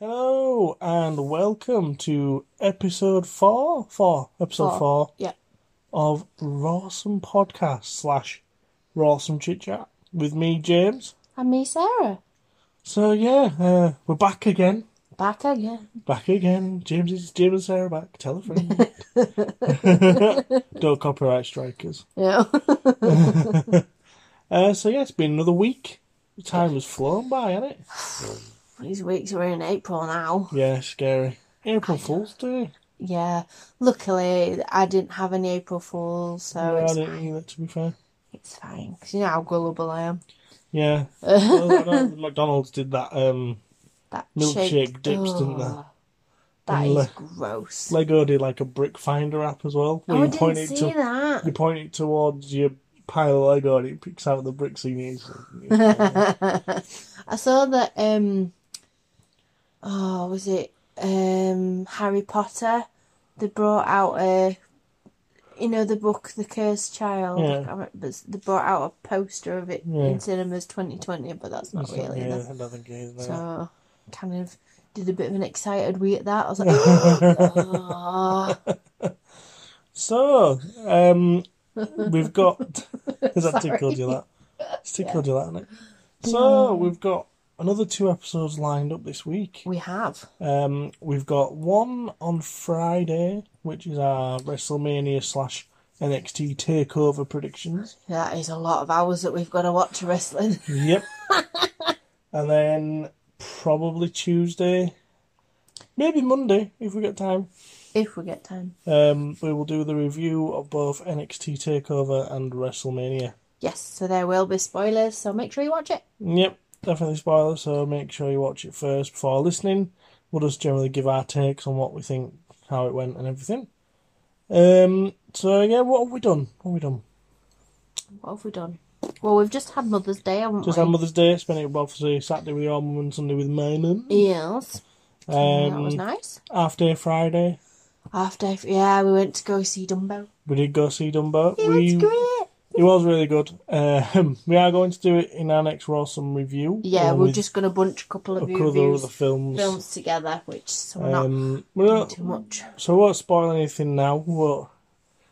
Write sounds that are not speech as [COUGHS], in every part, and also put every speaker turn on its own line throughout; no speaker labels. Hello and welcome to episode four, four episode
Four.
four,
Yeah.
of Rawsome Podcast slash Rawsome Chit Chat with me, James.
And me, Sarah.
So yeah, uh, we're back again,
Back again.
back again. James is Jim and Sarah back. Tell a [LAUGHS] friend. Don't copyright strikers. [LAUGHS]
Yeah.
Uh, so yeah, it's been another week. The time has flown by, hasn't it?
These weeks are in April now.
Yeah, scary. April Fool's Day.
Yeah. Luckily, I didn't have any April Fools, so
No, I
it's,
didn't mean that to be fair.
it's fine. 'Cause you know how gullible I am.
Yeah. Well, I [LAUGHS] know McDonald's did that um
That
Milkshake
shake-
dips, didn't they?
Ugh. That
And
is
le-
gross.
Lego did like a brick finder app as well.
oh, I
you point
didn't
it
see
to you
that.
point it towards your pile of Lego and it picks out the bricks you need.
[LAUGHS] I saw that, um, oh, was it, um, Harry Potter? They brought out a, you know, the book, The Cursed Child.
Yeah.
I can't remember, but they brought out a poster of it
Yeah.
in cinemas 2020, but that's not really in
yeah,
it.
I don't think it is. no.
[LAUGHS] So, kind of did a bit of an excited wee at that. I was like,
[LAUGHS]
oh,
So, um, we've
[LAUGHS]
got. Has that tickled you that? It's tickled you that, hasn't it? So, we've got another two episodes lined up this week.
we have.
Um, we've got one on Friday, which is our WrestleMania slash NXT takeover predictions.
That is a lot of hours that we've got to watch wrestling. [LAUGHS]
Yep. and then probably Tuesday, maybe Monday if we get time.
if we get time.
Um, we will do the review of both NXT Takeover and WrestleMania.
Yes, so there will be spoilers, so make sure you watch it.
Yep, definitely spoilers, so make sure you watch it first before listening. We'll just generally give our takes on what we think, how it went, and everything. Um, so yeah, what have we done? What have we done?
What have we done? Well, we've just had Mother's Day, haven't
Just
we?
had Mother's Day, spent it obviously Saturday with your mum and Sunday with my mum.
yes. Yeah, that was
Um,
nice.
after Friday,
After, yeah, we went to go see Dumbo.
we did go see Dumbo.
It
we
was great.
it was really good. Um, [LAUGHS] we are going to do it in our next Rawsome review.
Yeah,
along
we're
with
just going to bunch a couple of
a couple of
reviews,
other films.
films together, which so we're not
Um, we're not-
too much.
so we won't spoil anything now. We won't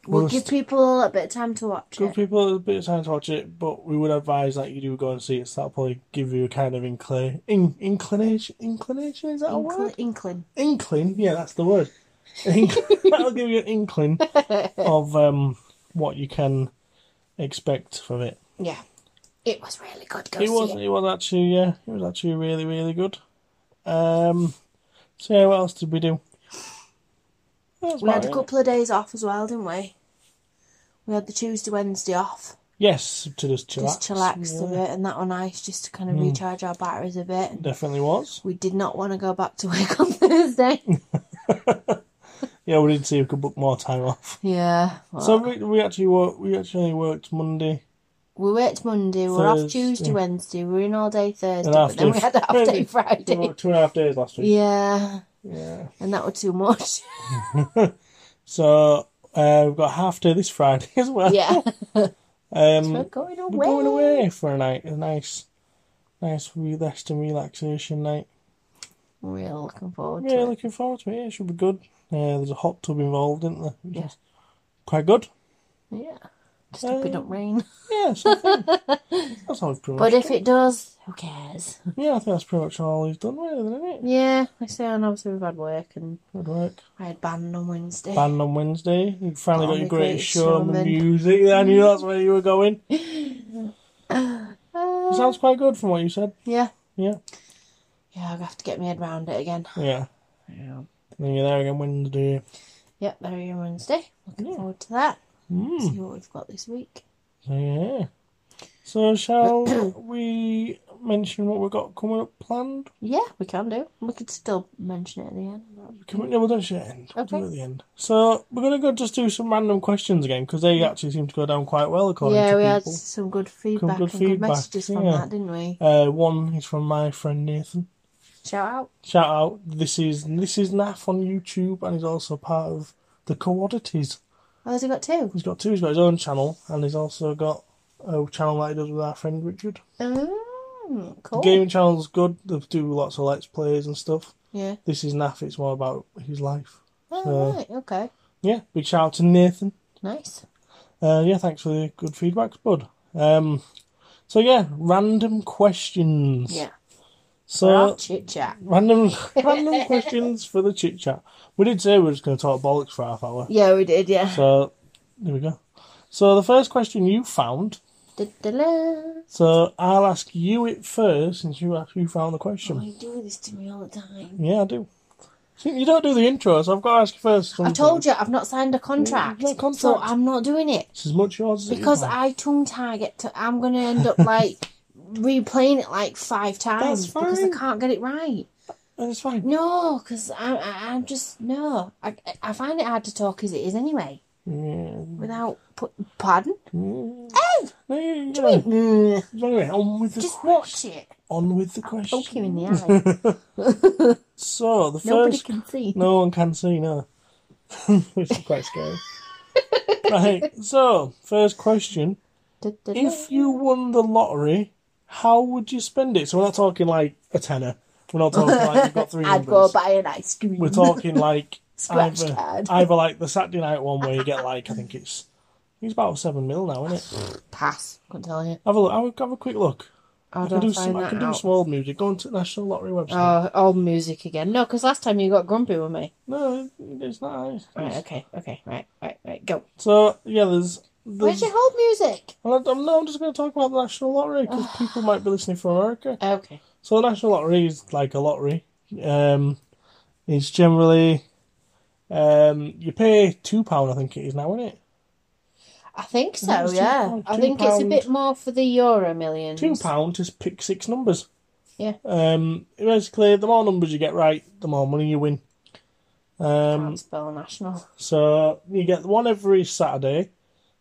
We'll
we'll
give
just-
people a little bit of time to watch
give
it.
people a bit of time to watch it, but we would advise that you do go and see it. So that'll probably give you a kind of incl- in- inclination. Inclination is that a
Inkling,
word?
Oh, inkling.
Inkling. Yeah, that's the word.
[LAUGHS]
Inkling. that'll give you an inkling of um, what you can expect from it.
Yeah. It was really good. Go
It
see
was.
it.
It was actually. Yeah, it was actually really, really good. Um. So yeah, what else did we do? That's
We had
about
a
it.
couple of days off as well, didn't we? We had the Tuesday, Wednesday off.
Yes, to just chillax.
just chillaxed a bit, and that were nice just to kind
Hmm.
of recharge our batteries a bit.
Definitely was.
We did not want to go back to work [LAUGHS] on Thursday.
Yeah, we did see if we could book more time off.
yeah. well,
So we, we actually worked. We actually only worked Monday.
we worked Monday, we were off
Thursday.
Tuesday, Wednesday, we were in all day Thursday,
And
but then
half day
we had a half day
We
Friday.
worked two and a half days last week.
Yeah,
Yeah.
and that were
[LAUGHS]
too much.
So uh, we've got half day this Friday [LAUGHS] as well.
Yeah.
Um,
[LAUGHS] we're going away.
we're going away for a night. A nice, nice re- rest and relaxation night.
We're looking forward
Yeah,
to it.
looking forward to it. Yeah, it should be good. Uh, there's a hot tub involved, isn't there? Which
Yeah.
is Quite good.
Yeah. Just hope it
Uh,
don't rain.
Yeah, so I think
[LAUGHS]
that's all we've pretty
But
much
if it does, who cares?
Yeah, I think that's pretty much all he's done, really, isn't it?
[LAUGHS] Yeah, I say, and obviously we've had work, and
Good work.
I had band on Wednesday.
Band on Wednesday. You finally got
Oh,
your
the
great
Great
showman
Showman.
music. I knew that's where you were going. It
Uh,
sounds quite good from what you said.
yeah.
Yeah.
Yeah, I'll have to get my head round it again.
Yeah.
Yeah.
And then you're there again Wednesday.
Yep, there we are Wednesday. Looking forward to that.
Mm.
See what we've got this week.
So, yeah. So,
[COUGHS]
shall we mention what we've got coming up planned?
Yeah, we can do. We could still mention it at the end.
Can we, no, we'll do it at the end. We'll do it
Okay.
at the end. So, we're going to go just do some random questions again because they actually seem to go down quite well according
yeah,
to
we had
people.
some good feedback
good
and
feedback,
good messages from
yeah.
that, didn't we?
Uh, one is from my friend Nathan.
Shout out.
Shout out! This is this is Naff on YouTube, and he's also part of the Commodities.
Oh, has he got two?
He's got two. He's got his own channel, and he's also got a channel that he does with our friend Richard.
Mm, cool.
The gaming channel's good. They do lots of let's plays and stuff.
Yeah.
This is Naff. It's more about his life.
Oh,
So-
right. Okay.
Yeah. Big shout out to Nathan.
Nice.
Uh, yeah, thanks for the good feedback, bud. Um, so yeah, random questions.
Yeah.
So
chit chat.
random random questions for the chit chat. We did say we were just going to talk bollocks for half hour.
Yeah, we did. Yeah.
So there we go. So the first question you found.
Da-da-da.
So I'll ask you it first, since you asked who found the question.
Oh, you do this to me all the time.
Yeah, I do. See, You don't do the intro, so I've got to ask you first.
I told you I've not signed a contract,
You've not
so
contract.
I'm not doing it
It's as much yours as it is
because
mine.
I tongue tie it. To, I'm gonna end
[LAUGHS]
up like replaying it like five times
That's
because I
fine.
can't get it right.
And It's fine.
No, because I, I I'm just no. I I find it hard to talk as it is anyway. Without put, pardon. Hey,
No, you- you know, [LAUGHS]
wait, mm,
anyway, on with the
just watch it.
on with the question.
Poke you
[LAUGHS]
in the eye.
So the
Nobody
first,
can see.
no one can see no, [LAUGHS] which is quite scary. [LAUGHS] right. So first question:
Da-da-da.
If you won the lottery, how would you spend it? So we're not talking like a tenner. We're not talking like you've got three
[LAUGHS] I'd go
numbers.
buy an ice cream.
We're talking like
Scratch
either,
card.
either like the Saturday night one where you get like I think it's it's about seven mil now, isn't it?
[LAUGHS] pass. Couldn't tell you.
Have a look. Have a, have a quick look.
How
I
do
can
I
do
find
some. I
that
can do
out?
some old music. Go on to the National Lottery website.
Oh, old music again. No, because last time you got grumpy with me.
no, it's not.
Right, okay, okay, right, right, right, go.
So yeah, there's.
Where's
there's
your hold music?
Well, I- I'm, no, I'm just going to talk about the National Lottery because people might be listening from America.
Okay.
So the National Lottery is like a lottery. Um, it's generally um, you pay two pound, I think it is now, isn't it?
I think so,
That's two-
yeah.
oh,
I
two
think it's a
pound.
bit more for the Euro millions.
Two pound to pick six numbers.
Yeah.
Um, basically, the more numbers you get right, the more money you win. Um,
Can't spell national.
so you get one every Saturday,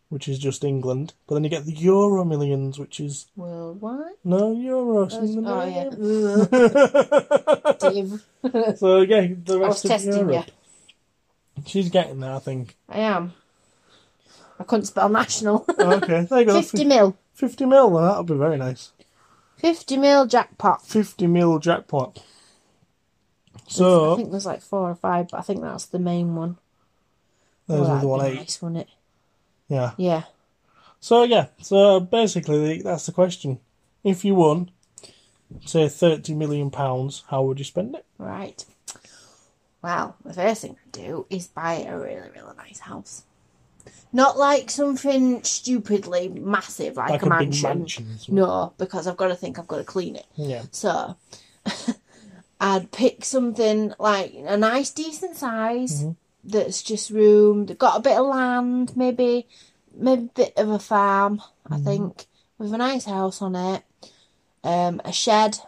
which is just England. But then you get the Euro Millions, which is
Worldwide.
no euros
Oh,
in
oh,
the [LAUGHS] name.
Dave. [LAUGHS]
So yeah, the
I
rest
was
of
testing
Europe. She's getting there, I think.
you. I am. I couldn't spell national.
Oh, okay, there you [LAUGHS] go.
50 mil.
50 mil, well, that'll be very nice.
50 mil jackpot.
50 mil jackpot.
I
So
think there's like four or five, but I think that's the main one.
there's
oh,
another
that'd
one
be
eight.
nice, wouldn't it?
Yeah.
Yeah.
So yeah. So basically, the, that's the question. If you won, say 30 million pounds, how would you spend it?
Right. Well, the first thing I do is buy a really, really nice house. Not like something stupidly massive like,
Like
a,
a big
mansion.
mansion. so-
No, because I've got to think I've got to clean it.
Yeah.
So [LAUGHS] I'd pick something like a nice, decent size that's just room. They've got a bit of land, maybe, maybe a bit of a farm. I think with a nice house on it, um, a shed,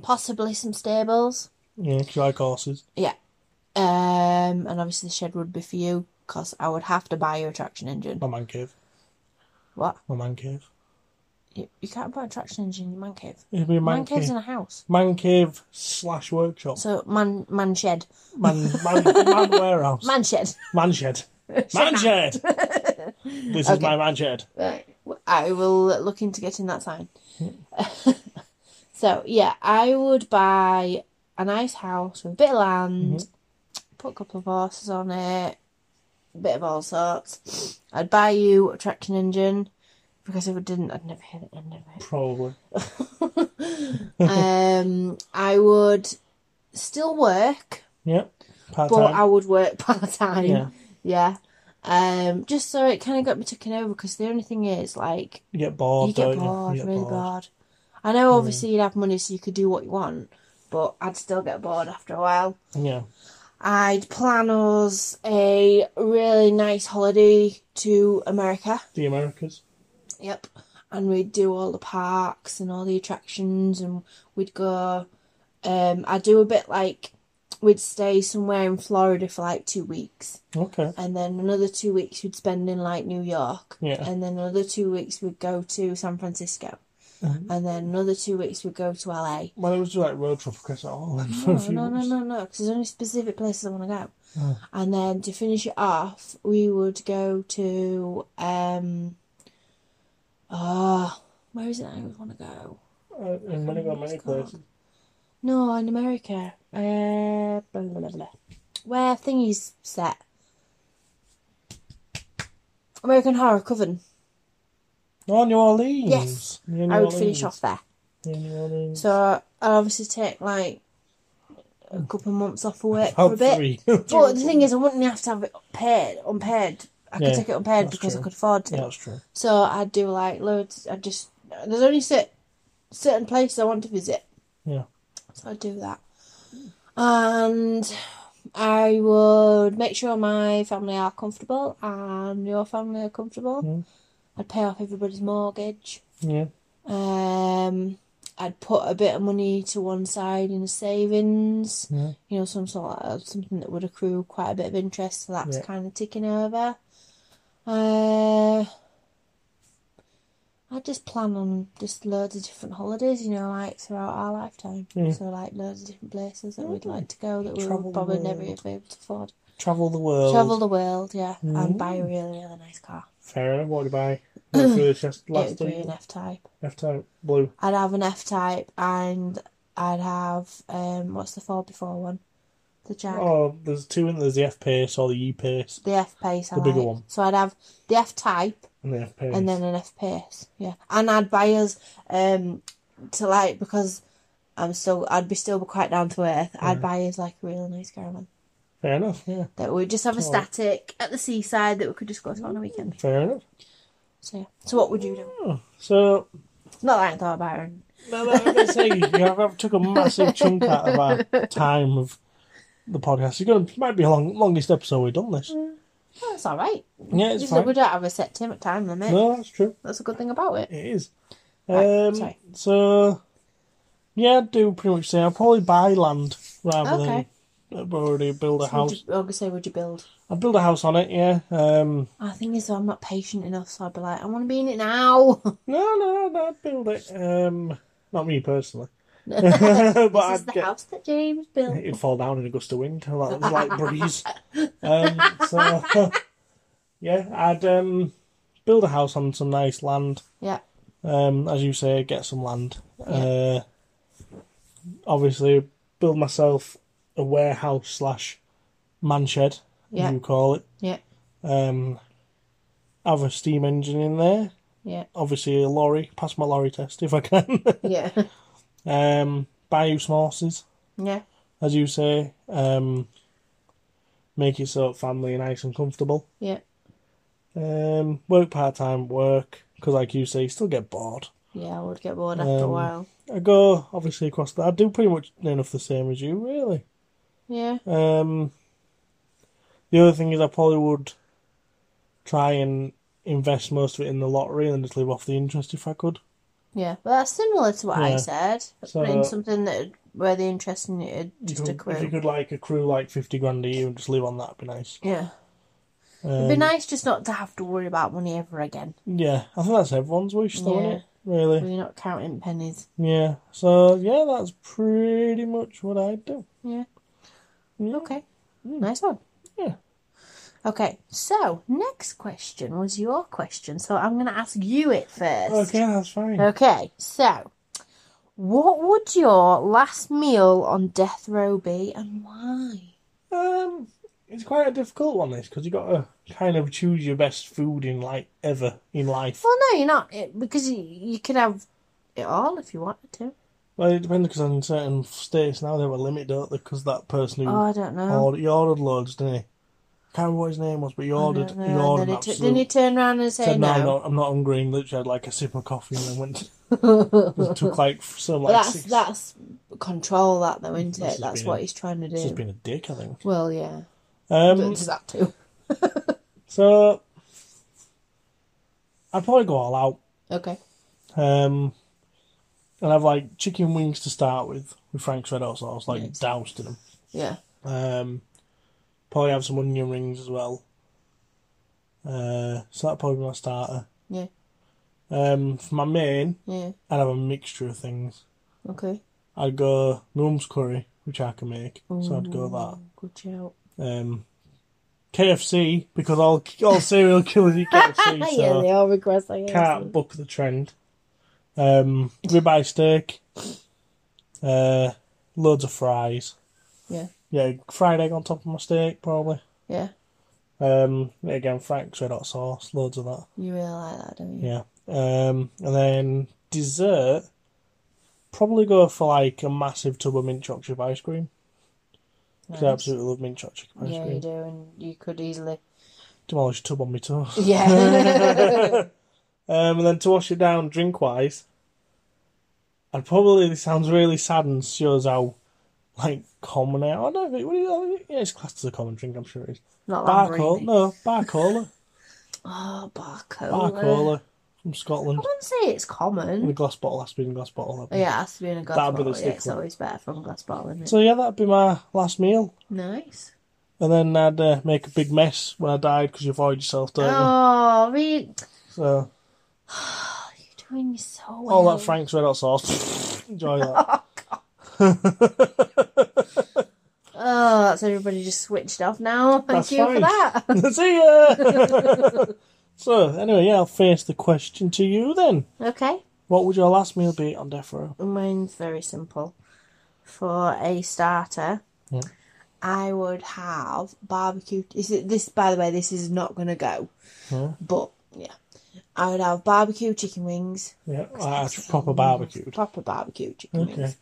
possibly some stables.
Yeah, 'cause you like horses.
Um, and obviously the shed would be for you because I would have to buy you a traction engine.
My man cave.
What?
My man cave.
You, you can't buy a traction engine in your man cave.
It'd be a man,
Man cave's
cave.
in a house.
Man cave slash workshop.
So man, man shed,
Man, man,
[LAUGHS]
man warehouse.
man shed.
Man
[LAUGHS]
shed. Man shed. this is
Okay.
my man shed.
Right. I will look into getting that sign. [LAUGHS] so yeah, I would buy a nice house with a bit of land, put a couple of horses on it, a bit of all sorts. I'd buy you a traction engine because if I didn't, I'd never hit it. I'd never [LAUGHS] hit
Probably.
it. um, I would still work,
Yeah. Part
but I
time.
would work [LAUGHS] part time.
Yeah.
Yeah. Um, just so it kind of got me taken over because the only thing is like
You get bored.
you get
don't
bored,
You get
really bored.
bored.
I know, obviously, you'd have money so you could do what you want, but I'd still get bored after a while.
Yeah.
I'd plan us a really nice holiday to America.
The Americas.
Yep. And we'd do all the parks and all the attractions, and we'd go. Um, I'd do a bit like we'd stay somewhere in Florida for like two weeks,
Okay.
and then another two weeks we'd spend in like New York, [LAUGHS]
Yeah.
and then another two weeks we'd go to San Francisco.
Uh-huh.
and then another two weeks we'd go
[LAUGHS]
to LA.
Well, it was just like road trip across it all then for
No,
a few
no, no,
months.
no, no, because there's only specific places I want to go.
Ah.
And then to finish it off, we would go to um, oh, where is it I would want to go?
Uh, in many,
Oh,
many
it's gone.
places.
No, in America. Uh, blah, blah, blah, blah. Where thingy's set? American Horror Coven.
Oh, New Orleans.
Yes.
Near New
I would
Orleans.
finish off there.
Near New Orleans.
So I'd obviously take like a couple of months off of work for a
About
bit.
three. [LAUGHS]
But the thing is, I wouldn't have to have it paid, unpaid. I could
Yeah,
take it unpaid
that's
because I
true.
could afford to.
Yeah, that's true.
So I'd do like loads. I'd just there's only cer- certain places I want to visit.
Yeah.
So I'd do that, and I would make sure my family are comfortable and your family are comfortable.
Mm.
I'd pay off everybody's mortgage.
Yeah.
Um, I'd put a bit of money to one side in a savings.
Yeah.
You know, some sort of something that would accrue quite a bit of interest. So that's
Yeah.
kind of ticking over. Uh, I just plan on just loads of different holidays. You know, like throughout our lifetime.
Yeah.
So like loads of different places that we'd
Mm.
like to go that we
Travel the
would probably never be
world.
able to afford.
Travel the world.
Travel the world, yeah, and buy a
Mm.
really really nice car.
Fair enough. What did
[COUGHS]
I buy? Went through the chest
It would
last
be
week.
an F type.
F type blue.
I'd have an F type and I'd have um what's the four before one? The Jag.
Oh, there's two in there. There's the F pace or the E pace
The F pace I
The bigger
like.
one.
So I'd have the F type
and the F pace.
and then an F pace. Yeah. And I'd buy us um to like because I'm still I'd be still quite down to earth. I'd
Yeah.
buy us like a really nice caravan.
Fair enough. Yeah.
That we'd just have a
All right.
static at the seaside that we could just go to on a weekend.
Fair enough.
So yeah. So what would you do?
Oh, so
Not that I thought about it.
No, no, I'm gonna say [LAUGHS] you have, have took a massive chunk out of
[LAUGHS]
our time of the podcast. It's going to might be the long, longest episode we've done this.
Oh, it's alright.
Yeah, it's
Just that
fine.
we don't have a set time time limit.
No, that's true.
That's a good thing about it.
It is.
Right,
Um,
sorry.
so yeah, I do pretty much say I'll probably buy land rather
Okay.
than I've already build a
So would
house.
you- I was gonna say, would you build?
I'd build a house on it. Yeah. Um,
I think is I'm not patient enough, so I'd be like, I want to be in it now. [LAUGHS]
no, no, no, I'd build it. Um, not me personally,
this
[LAUGHS] but
is
I'd
the
get
house that James built.
It'd fall down in a gust of wind. That
[LAUGHS]
was like breeze. Um, so [LAUGHS] yeah, I'd um, build a house on some nice land.
Yeah,
Um, as you say, get some land. Uh, obviously, build myself a warehouse slash man shed, as
Yeah.
you call it.
yeah,
Um, have a steam engine in there.
yeah,
Obviously, a lorry. Pass my lorry test if I can. [LAUGHS]
yeah, [LAUGHS]
um, buy you some horses.
yeah,
as you say, um, make it so family nice and comfortable.
yeah,
Um, work part time work because, like you say, you still get bored.
yeah. I would get bored after a
Um,
while.
I go obviously across that. I do pretty much near enough the same as you, really.
Yeah,
Um, the other thing is, I probably would try and invest most of it in the lottery and just live off the interest if I could.
yeah. But that's similar to what I
Yeah.
said.
So-
Putting something that where the interest in it
You
just
could- If you
accrue.
could like accrue like fifty grand a year and just live on that, would be nice.
Yeah,
Um,
it'd be nice just not to have to worry about money ever again.
Yeah, I think that's everyone's wish, though,
Yeah.
isn't it? Really.
We're not counting pennies.
Yeah. So yeah, that's pretty much what I do.
Yeah.
Yeah. Hmm.
Okay. Nice one.
Yeah.
Okay, so next question was your question, so I'm going to ask you it first.
Okay, that's fine.
Okay, so what would your last meal on death row be and why?
Um, it's quite a difficult one, this, because you got to kind of choose your best food in like ever in life.
Well, no, you're not, it, because you, you could have it all if you wanted to.
Well, it depends because in certain states now they have a limit, don't they? Because that person who
Oh, I don't know.
ordered, he ordered loads, didn't he? Can't remember what his name was, but he
I don't
ordered.
know.
He
And
ordered
then,
an
he t-
absolute.
then he turned around and said
said,
no.
no, no, I'm not hungry. And literally had like a sip of coffee and then went. [LAUGHS]
[LAUGHS]
just took like some like
that's
six.
that's control, that though, isn't
This
it?
has
That's
been
what
a-
he's trying to
It's
do.
just been a dick, I think.
Well, yeah,
Um,
there's that too. [LAUGHS]
So I'd probably go all out.
Okay,
Um, and have like chicken wings to start with with Frank's red hot sauce, like
Nice.
doused in them.
yeah,
Um, probably have some onion rings as well. Uh, so that'd probably be my starter.
yeah,
Um, for my main,
Yeah.
I'd have a mixture of things.
Okay.
I'd go my mum's curry, which I can make, so I'd go that.
Good shout.
Um, KFC because all all [LAUGHS] serial killers eat KFC,
[LAUGHS] yeah,
so
they all regress like
can't book the trend. Um, ribeye steak, uh, loads of fries.
Yeah.
Yeah, fried egg on top of my steak probably.
Yeah.
Um, again, Frank's red hot sauce, loads of that.
You really like that, don't you?
Yeah. Um, and then dessert, probably go for like a massive tub of mint chocolate chip ice cream. 'cause I
Nice.
absolutely love mint chocolate chip ice
Yeah, you
cream.
do, and you could
[LAUGHS]
easily.
Demolish a tub on my toes.
Yeah. [LAUGHS]
Um, and then to wash it down drink wise, I'd probably this sounds really sad and shows how like common I, I don't know if it, what do you, yeah, it's classed as a common drink, I'm sure it is.
Not
Bar cola,
Lamborghini.
no,
[LAUGHS]
bar cola,
Oh, bar
bar
cola.
cola from
I
Scotland.
wouldn't say it's
In a
common. Oh,
glass bottle, that's been a glass bottle.
Yeah, it has to be in a glass
That'd be the
bottle. yeah, it's
stickler.
always better from a glass bottle, isn't it?
So yeah, that'd be my last meal.
nice.
And then I'd uh, make a big mess when I died because you avoid yourself, don't you?
Oh, really?
So
Oh, you're doing me so well.
all that Frank's red hot sauce. [LAUGHS] Enjoy that. [LAUGHS]
[LAUGHS] Oh, that's everybody just switched off now. [LAUGHS] Thank
That's
you for
fine.
that. [LAUGHS]
[LAUGHS] See ya. so anyway, yeah, I'll face the question to you then.
Okay.
What would your last meal be on death row?
Mine's very simple. For a starter,
Yeah.
I would have barbecue. Is it this? By the way, this is not going to go.
Yeah.
But yeah, I would have barbecue chicken wings. Mm,
Yeah, that's proper barbecued.
Proper barbecue chicken
Okay.
wings.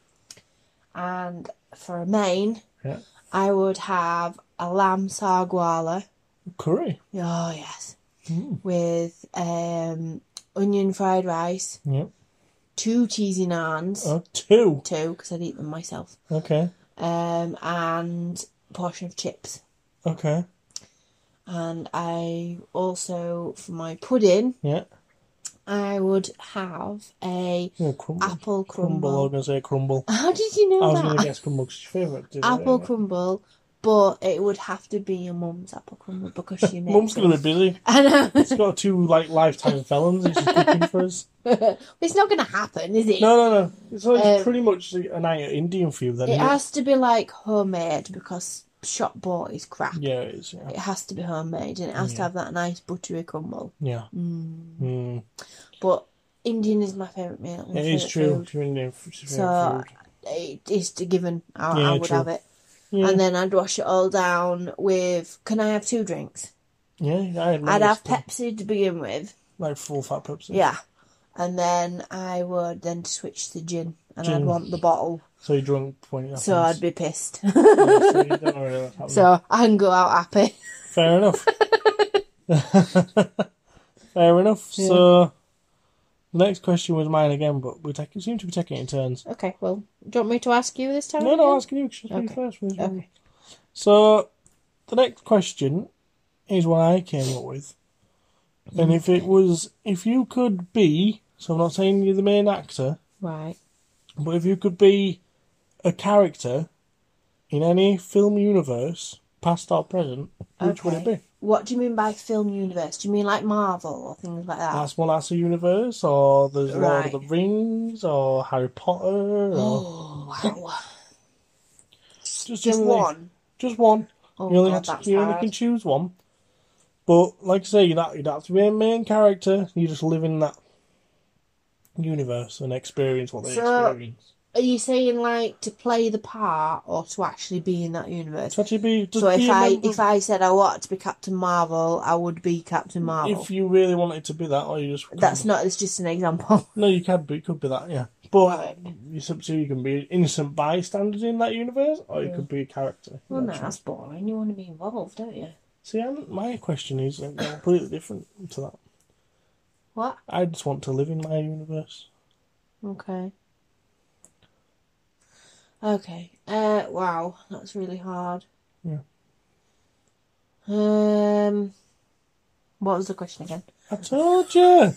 And for a main,
Yeah.
I would have a lamb sarguala.
Curry.
Oh yes,
Mm.
with um, onion fried rice,
Yeah.
two cheesy naans,
Oh, two.
two because I'd eat them myself,
Okay.
um, and portion of chips.
Okay.
And I also for my pudding,
Yeah.
I would have a
yeah crumble.
apple
crumble. I was
crumble.
going to say crumble.
How did you
I
know
was going
that?
to guess crumble 'cause it's your favourite. dessert,
apple
isn't it?
crumble, but it would have to be your mum's apple crumble because
[LAUGHS]
she makes.
Mum's going to
it.
be busy.
I know. [LAUGHS]
She's got two like lifetime felons and she's cooking for us.
It's not going to happen, is it?
No, no, no. It's like
Um,
pretty much a night at Indian for you then.
It
isn't it?
has to be like homemade because shop bought is crap.
Yeah, it is. Yeah.
It has to be homemade and it has to
Yeah.
have that nice buttery crumble.
Yeah.
Mm.
Mm.
But Indian is my favourite meal. my
It is
favourite
true.
food.
It's your Indian f- it's your
So-
favourite food.
It is a given. I,
Yeah,
I would
true.
have it.
Yeah.
And then I'd wash it all down with. Can I have two drinks?
yeah, I had
I'd
noticed
have
that.
Pepsi to begin with.
Like full fat Pepsi.
Yeah. And then I would then switch to gin and I'd
Gin.
want the bottle.
So you drunk when it
So I'd
happens.
be pissed. [LAUGHS]
So you don't really like that
so I can go out happy.
Fair enough. [LAUGHS] Fair enough.
Yeah.
So, the next question was mine again, but we take, seem to be taking it in turns.
Okay, well, do you want me to ask you this time?
No, no,
again?
asking you because
Okay.
first with this one.
Okay.
So, the next question is what I came up with. And if it was, if you could be, so I'm not saying you're the main actor,
Right.
but if you could be a character in any film universe, past or present, which would it
Okay.
be?
What do you mean by film universe? Do you mean like Marvel or things like that?
That's one. That's a universe, or there's Lord of
Right.
the Rings, or Harry Potter,
[GASPS]
or
oh, wow. Just
generally-
one.
Just one.
Oh,
you only,
God,
have
that's
to, you only
hard.
can choose one. But like I say, you don't, you don't have to be a main character. You just live in that universe and experience what they
So-
experience.
Are you saying like to play the part or to actually be in that universe?
So actually, be just
So
be
if
a
I
member-
if I said I wanted to be Captain Marvel, I would be Captain Marvel.
if you really wanted to be that, or you just
That's not. It's just an example.
no, you can be could be that, yeah. But
Right.
you sub so you can be an innocent bystander in that universe, or you could be a character.
[LAUGHS] Well,
You
no,
know,
that's boring. You want to be involved, don't you?
See, I'm, my question is uh, completely different to that.
What?
I just want to live in my universe.
Okay. Okay. Uh. Wow. That's really hard.
Yeah.
Um. What was the question again?
I told you.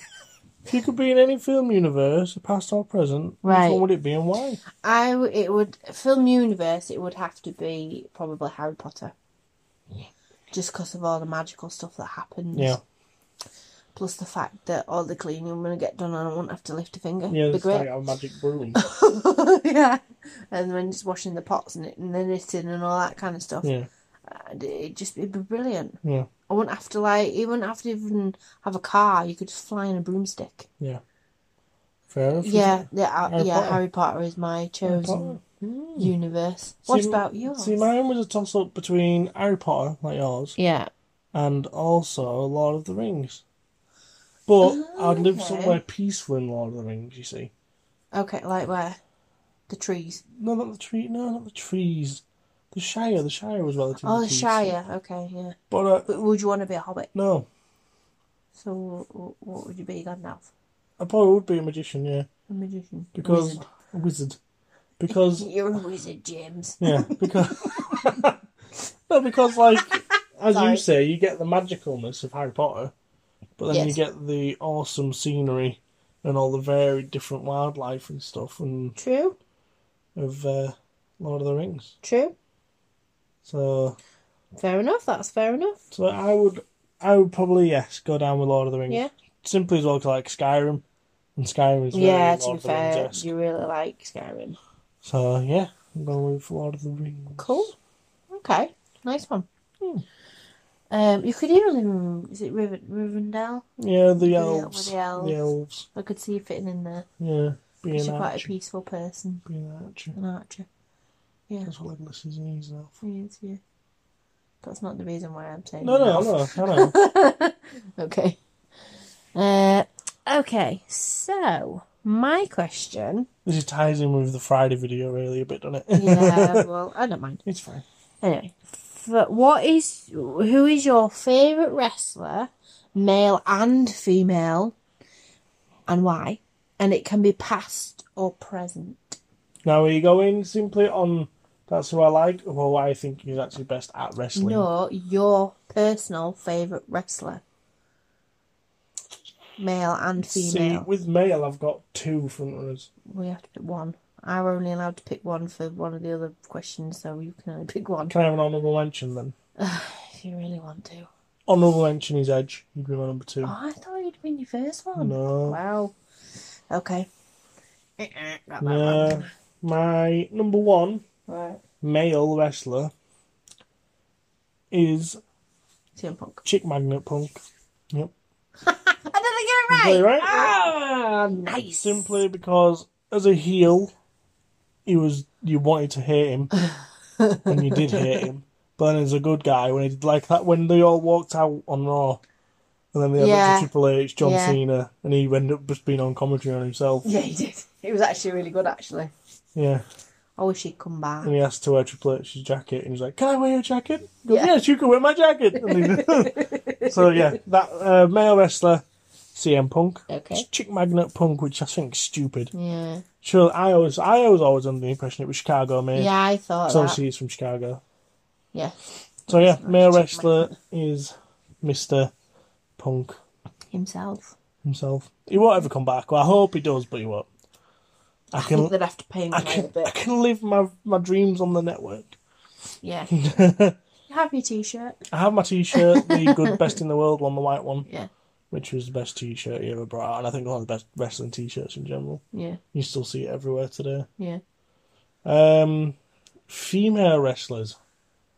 if you could be in any film universe, past or present,
Right.
which one would it be and why?
I. w- It would film universe. It would have to be probably Harry Potter. Just because of all the magical stuff that happens.
Yeah.
Plus the fact that all the cleaning I'm going to get done and I won't have to lift a finger.
Yeah,
Be
it's like
[LAUGHS] great.
our magic broom.
yeah. And then just washing the pots and, it, and the knitting and all that kind of stuff.
yeah,
And It'd just it'd be brilliant.
yeah,
I wouldn't have to like. You wouldn't have to even have a car. You could just fly in a broomstick.
fair enough.
Yeah, yeah,
Harry
Harry yeah.
Potter.
Harry Potter is my
Harry
chosen
Potter. Mm.
universe. What
See,
about yours?
See, mine was a toss up between Harry Potter, like yours,
Yeah,
and also Lord of the Rings. But I'd live
Oh, Okay.
somewhere peaceful in Lord of the Rings, you see.
Okay, like where? The trees.
No, not the tree. No, not the trees. The Shire. The Shire was relatively.
Oh, the
peaceful.
Shire. Okay, yeah.
But uh,
But would you want to be a hobbit?
no,
So, w- w- what would you be, Gandalf?
I probably would be a magician, yeah,
A magician?
because
Wizard.
a wizard. Because
You're a wizard, James.
Yeah, [LAUGHS] because no, because [LAUGHS] like
[LAUGHS]
as you
Sorry.
say, you get the magicalness of Harry Potter, but then you
Yes.
get the awesome scenery and all the varied different wildlife and stuff and
True,
of uh, Lord of the Rings.
true.
So,
Fair enough, that's fair enough.
so I would, I would probably yes go down with Lord of the Rings.
Yeah.
Simply as well, 'cause I like Skyrim, and Skyrim is very
yeah, to be
Lord of the
fair,
Rings.
you really like Skyrim.
So yeah, I'm going with Lord of the Rings.
Cool. Okay, nice one.
Hmm.
Um, you could even live in, is it Riven, Rivendell?
Yeah, the
Yeah,
elves.
with the elves.
The elves.
I could see you fitting in there.
Yeah,
'cause
being
You're quite a
archer.
peaceful person,
Being an archer.
an archer. Yeah.
That's what Legolas is in his elf.
Yes, yeah. That's not the reason why I'm saying
No, no,
that.
no, I know.
[LAUGHS] Okay. Uh, okay, so my question.
This ties in with the Friday video really a bit, doesn't it? [LAUGHS]
Yeah, well, I don't mind.
it's fine.
Anyway, but what is who is your favorite wrestler, male and female, and why? And it can be past or present.
Now, are you going simply on that's who I like or who I think is actually best at wrestling?
No, your personal favorite wrestler, male and
See,
female.
with male, I've got two front runners.
We have to pick one. I'm only allowed to pick one for one of the other questions, so you can only pick one [SIGHS]
Can I have an honourable mention then?
if you really want to.
Honourable mention is Edge. He'd be my number two.
Oh, I thought you'd been your first one.
no.
Oh, Wow. Okay. Got that
No. My number one
one. Right.
male wrestler is
CM Punk. [LAUGHS]
Chick Magnet Punk.
I didn't
You
get it
got it
right.
right?
Ah, nice.
simply because as a heel, he was you wanted to hate
[LAUGHS]
him, and you did hate him. But then as a good guy, when he did like that, when they all walked out on Raw, and then they had
Yeah.
yeah. Triple H, John
Yeah.
Cena, and he ended up just being on commentary on himself.
Yeah, he did. He was actually really good, actually.
Yeah,
I wish he'd come back.
and he asked to wear Triple H's jacket, and he's like, "Can I wear your jacket?" He goes,
Yeah.
Yes, you can wear my jacket. And
[LAUGHS]
he- [LAUGHS] so yeah, that uh, male wrestler, CM Punk,
Okay.
Chick Magnet Punk, which I think is stupid.
Yeah.
Sure, I always, I was always under the impression it was Chicago made.
Yeah, I thought
So
that.
she's from Chicago.
Yeah.
So yeah, male
check
wrestler is Mister Punk
Himself.
himself. He won't ever come back. Well, I hope he does, but he won't. I
I think
can,
they'd have to pay him
I
quite a
can, I
bit.
can live my my dreams on the network. [LAUGHS]
Yeah.
I
Have your t-shirt.
have my T-shirt, the good best in the world one, the white one,
Yeah.
which was the best T-shirt he ever brought out, and I think one of the best wrestling T-shirts in general.
Yeah.
You still see it everywhere today.
Yeah.
Um, female wrestlers.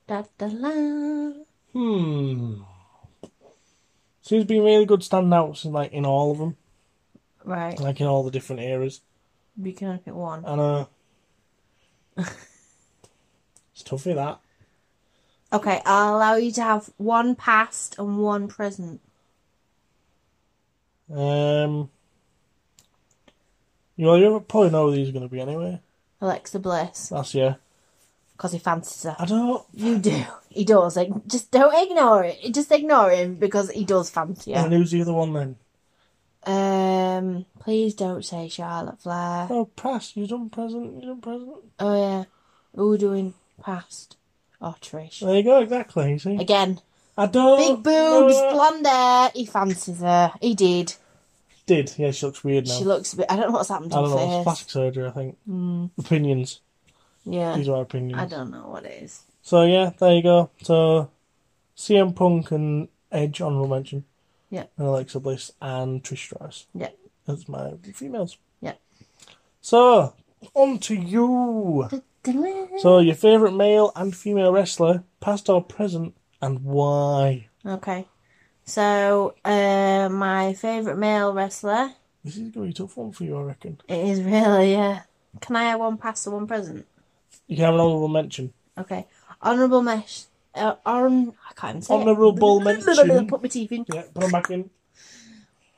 Da, da, la.
Hmm. She's been really good standouts in like in all of them,
Right,
like in all the different eras.
we can only pick one.
And
[LAUGHS]
uh, it's tough for that.
Okay, I'll allow you to have one past and one present.
Um, you you probably know who these are going to be anyway.
Alexa Bliss,
That's yeah.
because he fancies her.
I don't.
You do. He does. Like, just don't ignore it. Just ignore him because he does fancy
And
her.
who's the other one then?
Um, please don't say Charlotte Flair.
Oh, press. You done present. You done present.
Oh yeah, who doing past? Oh Trish
There you go. Exactly. You see.
again.
I don't.
Big
know
boobs,
that.
blonde hair. He fancies her. He did.
Did yeah? She looks weird now.
She looks a bit. I don't know what's happened
I
to
don't
her
know. It's
face.
plastic surgery. I think.
Mm,
Opinions.
yeah,
These are our opinions.
Uh, I don't know what it is.
So yeah, there you go. So CM Punk and Edge honorable mention.
Yeah.
And Alexa Bliss and Trish Stratus.
Yeah.
That's my females.
Yeah.
So, on to you. So, your favourite male and female wrestler, past or present, and why?
Okay. So, uh, my favourite male wrestler
This is going to be a tough one for you, I reckon.
it is really, yeah. Can I have one past and one present?
You can have an honourable mention.
Okay. Honourable mesh. Uh, on, I can't even say it.
Honourable mention.
[LAUGHS] Put my teeth in.
Yeah, put them back in.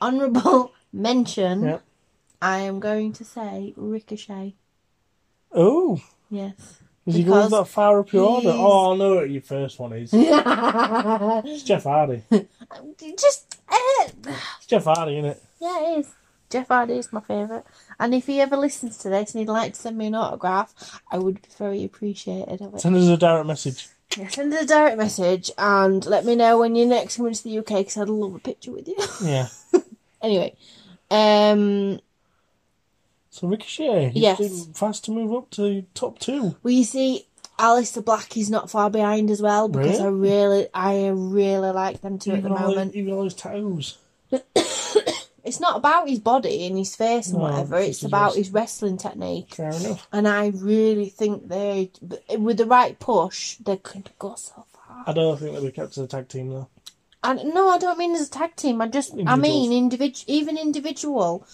Honourable mention.
Yeah.
I am going to say Ricochet.
Oh,
Yes.
[LAUGHS]
[LAUGHS]
is he going
Because
that far up your order?
he's-
Oh, I know what your first one is. It's Jeff Hardy.
Just. eh,
It's Jeff Hardy, isn't it?
Yeah, it is. Jeff Hardy is my favourite. And if he ever listens to this and he'd like to send me an autograph, I would be very appreciated of it.
Send us a direct message.
Yeah, send us a direct message and let me know when you're next coming to the UK because I'd love a picture with you. [LAUGHS]
Yeah.
anyway, um,
So Ricochet, he's
Yes.
been fast to move up to top two.
well, you see, Alistair Black is not far behind as well because I really, I really like them two at the
even, all
moment.
his, even all his tattoos.
It's not about his body and his face and
No,
whatever.
it's
It's
his
about
wrestling.
his wrestling technique.
Fair enough.
And I really think they, with the right push, they could go so far.
I don't think they'll be kept as a tag team though.
And no, I don't mean as a tag team. I just, I mean individual, even individual,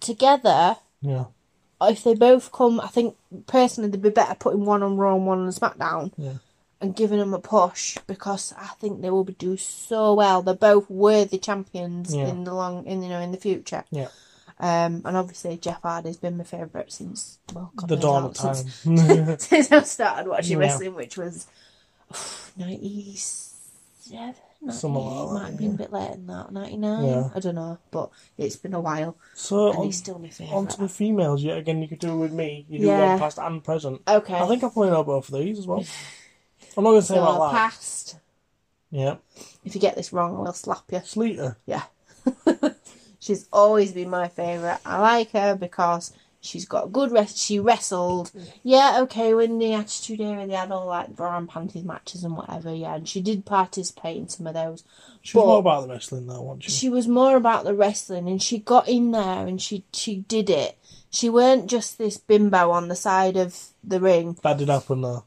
together.
Yeah.
If they both come, I think personally they'd be better putting one on Raw and one on SmackDown,
Yeah.
and giving them a push because I think they will be do so well. They're both worthy champions
Yeah.
in the long, in you know, in the future.
Yeah.
Um, and obviously Jeff Hardy's been my favourite since well, God
The
knows
dormant
how- since-
time. [LAUGHS] yeah.
since [LAUGHS] I started watching
Yeah.
wrestling, which was [SIGHS] ninety seven,
Something like that,
might have been a bit later than that, ninety nine.
Yeah.
I don't know, but it's been a while,
So
and
on,
he's still my
on to the
favourite.
females yet again. You could do it with me. You do
Yeah.
one past and present.
Okay,
I think I probably know both of these as
[LAUGHS]
well. I'm not going to say
so
about that.
past.
Yeah.
If you get this wrong, I will slap you.
Sleater.
Yeah, she's always been my favourite. I like her because. She's got good rest. She wrestled. Yeah, okay, when the Attitude Era, they had all like bra and panties matches and whatever. Yeah, and she did participate in some of those.
She was
But-
more about the wrestling though, wasn't she?
she was more about the wrestling and she got in there and she she did it she weren't just this bimbo on the side of the ring
That did happen though.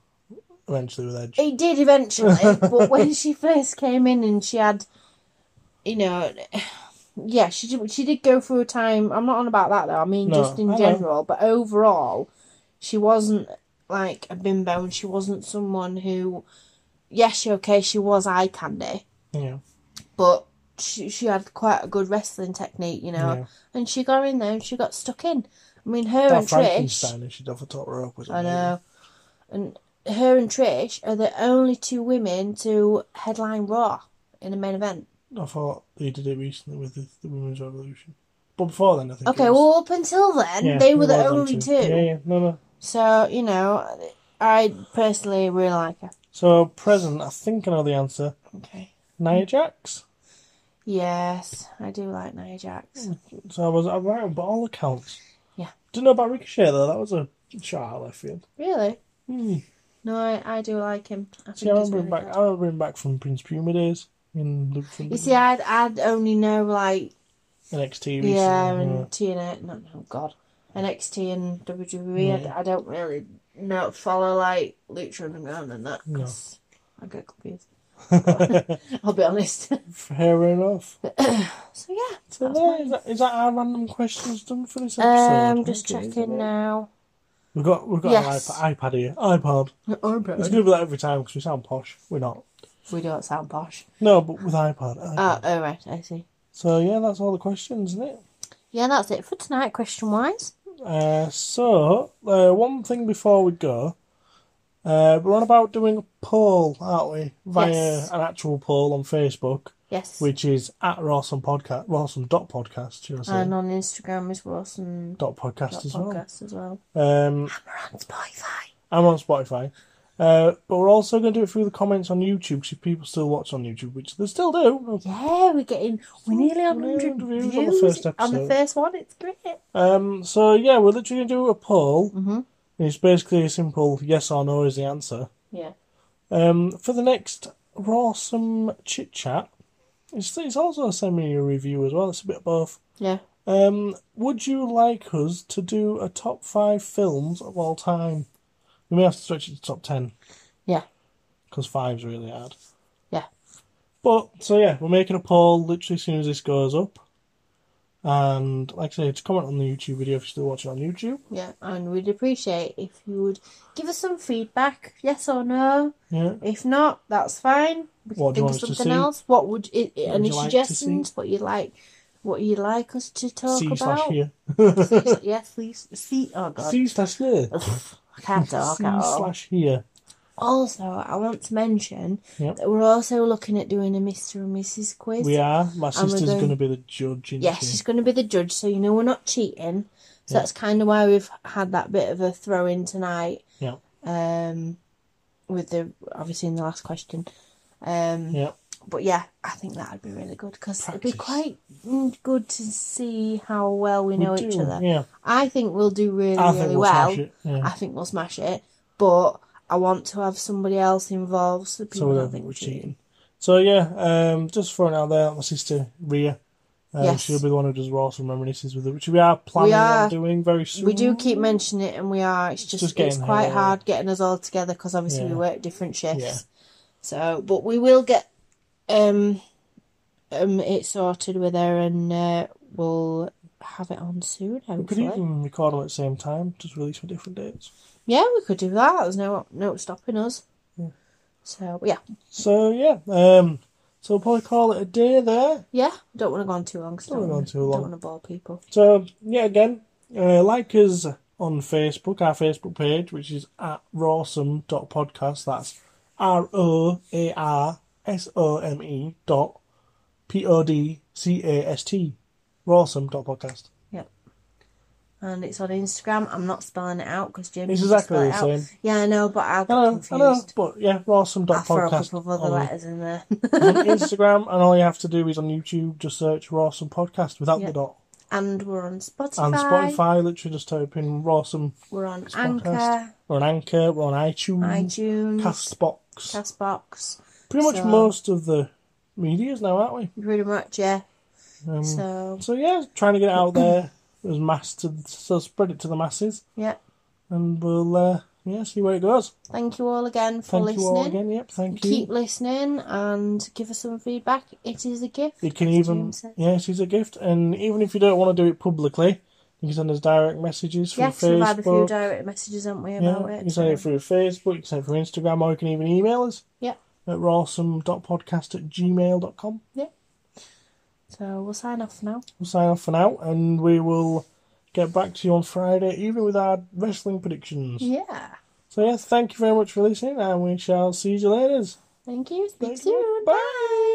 Eventually with Edge.
it did eventually
[LAUGHS]
but when she first came in and she had you know yeah she did, she did go through a time i'm not on about that though i mean
No,
just
I
in
know.
general but overall she wasn't like a bimbo and she wasn't someone who yes okay she was eye candy
Yeah.
but she she had quite a good wrestling technique, you know.
Yeah.
And she got in there and she got stuck in. I mean, her
That
and Trish.
Frankenstein if she'd off the top rope was
I
amazing.
know. And her and Trish are the only two women to headline Raw in a main event.
I thought they did it recently with the, the women's revolution. But before then, I think.
Okay,
it was-
well, up until then,
Yeah,
they were the
well done
only
too.
two.
Yeah, yeah, no, no.
So, you know, I personally really like her.
So present, I think I know the answer.
Okay.
Nia Jax.
Yes, I do like Nia Jax.
Hmm. So I was I right on by all accounts.
Yeah.
Didn't know about Ricochet though. That was a shot out of left field.
Really?
Hmm.
No, I, I do like him. I
See, I
think he's
remember him
really
back.
good.
I remember him back from Prince Puma days in Luke from
You see, I'd, I'd only know like
NXT recently.
yeah, and
yeah.
TNA. No, no, God, NXT and WWE. I d-
Yeah.
I, don't really know follow like Lucha Underground and "Oh, that.
No.
'cause I get confused. [LAUGHS] I'll be honest.
[LAUGHS]
[LAUGHS]
Fair enough.
so yeah,
So
That's
there,
mine.
is, that, is that our random questions done for this episode?
um, just
Okay, isn't
checking
it? [LAUGHS]
now.
We've got we've got
Yes.
an iPad, iPad here. iPod. It's gonna be that every time because we sound posh. We're not.
We don't sound posh.
No, but with iPod. iPod.
Oh, oh right, I see.
So yeah, that's all the questions, isn't it?
Yeah, that's it for tonight. Question wise,
Uh, so uh, one thing before we go, uh, we're on about doing a poll, aren't we? Via
Yes.
an actual poll on Facebook,
yes.
which is at Rawson Podcast, Rawson dot podcast. Should I say
and on Instagram is Rawson
dot podcast
dot
as
podcast as well.
well? Um,
We're on Spotify.
I'm on Spotify. Uh, but we're also going to do it through the comments on YouTube 'cause if people still watch on YouTube, which they still do,
Yeah, we're getting we're nearly on
Nearly
100
on
views,
views on the first
on the
episode.
first one. It's great.
Um, so yeah, we're literally gonna do a poll,
Mhm.
and it's basically a simple yes or no is the answer.
Yeah.
Um, for the next rawsome chit chat, It's, it's also a semi review as well. It's a bit of both.
Yeah.
Um, would you like us to do a top five films of all time? We may have to stretch it to top ten
Yeah.
because five's really hard.
Yeah.
But so yeah, we're making a poll literally as soon as this goes up. And like I say, to comment on the YouTube video if you're still watching on YouTube.
Yeah. And we'd appreciate if you would give us some feedback, yes or no.
Yeah.
If not, that's fine. We can
What do you
think of
want us to
something
see?
else. What would it,
What
any
would you like to
suggestions? what you like? What you like us to talk
C slash
about?
here.
Yes, yeah, please. See, oh god,
C slash there.
I can't
[LAUGHS]
talk
C
at all.
slash here.
Also, I want to mention
Yep.
that we're also looking at doing a Mr. and Mrs. quiz.
We are. My
And we're
sister's
going-
going to be the judge. Isn't
Yes,
she?
she's going to be the judge, so you know we're not cheating. So that's kind of why we've had that bit of a throw in tonight.
Yeah.
Um, with the obviously in the last question. Um,
Yeah.
but yeah, I think that'd be really good because it'd be
Practice.
quite mm, good to see how well we
We
know each
do,
other.
Yeah.
I think we'll do really,
I think
really
we'll
well.
smash it. Yeah.
I think we'll smash it, but I want to have somebody else involved so people
so we
don't,
don't
think we're cheating.
So yeah, um, just throwing it out there, my sister Ria. Um,
Yes.
She'll be the one who does Raw and Reminiscences with her, which we are planning
are.
on doing very soon.
We do keep mentioning it, and we are. It's just,
just
it's
getting
quite
her-
hard getting us all together because obviously we
Yeah.
work different shifts.
Yeah.
So, but we will get um um it sorted with her, and uh, we'll have it on soon.
We could
Hopefully,
even record them at the same time, just release them at different dates.
yeah, we could do that. There's no no stopping us. So yeah,
So yeah, um, so we'll probably call it a day there.
yeah. Don't want to go on too long. 'cause
Don't wanna go
wanna-
on too long.
Don't want to bore people.
So yeah, again, uh, like us on Facebook, our Facebook page, which is at rawsome.podcast. That's R O A R S O M E dot P O D C A S T. Rawsome.podcast.
Yep. And it's on Instagram. I'm not spelling it out because James.
It's
just
exactly
spelled
the
it out.
same.
Yeah, I know, but I'll get
Hello,
confused.
hello. But yeah,
I throw a
rawsome.podcast
couple of other
on,
letters in there. [LAUGHS]
on Instagram, and all you have to do is on YouTube, just search Rawsome Podcast without
Yeah.
the dot.
and we're on Spotify.
And Spotify, literally just type in Rawsome
We're on
Podcast.
Anchor,
We're on Anchor, we're on iTunes,
iTunes,
Castbox.
Castbox.
Pretty much
So-
most of the medias now, aren't
Pretty much, yeah.
we? Um, so.
So
yeah, trying to get it out
[COUGHS]
there as mass to so spread it to the masses,
yeah.
and we'll uh, yeah see where it goes.
Thank you all again for
Thank
listening.
you all again. Yep, thank you.
Keep listening and give us some feedback. It is a gift.
You can
as
even
James said.
yes, it's a gift, and even if you don't want to do it publicly, you can send us direct messages through
Yes, we've had a few
Facebook.
direct messages, haven't we,
yeah,
about
you
it?
can send it through Facebook, you can send it through Instagram, or you can even email us
Yeah.
at rawsome.podcast at gmail.com.
So we'll sign off now.
We'll sign off for now, and we will get back to you on Friday, even with our wrestling predictions.
Yeah.
So, yeah, thank you very much for listening, and we shall see you later.
Thank you. Speak
Thank you.
soon.
Bye.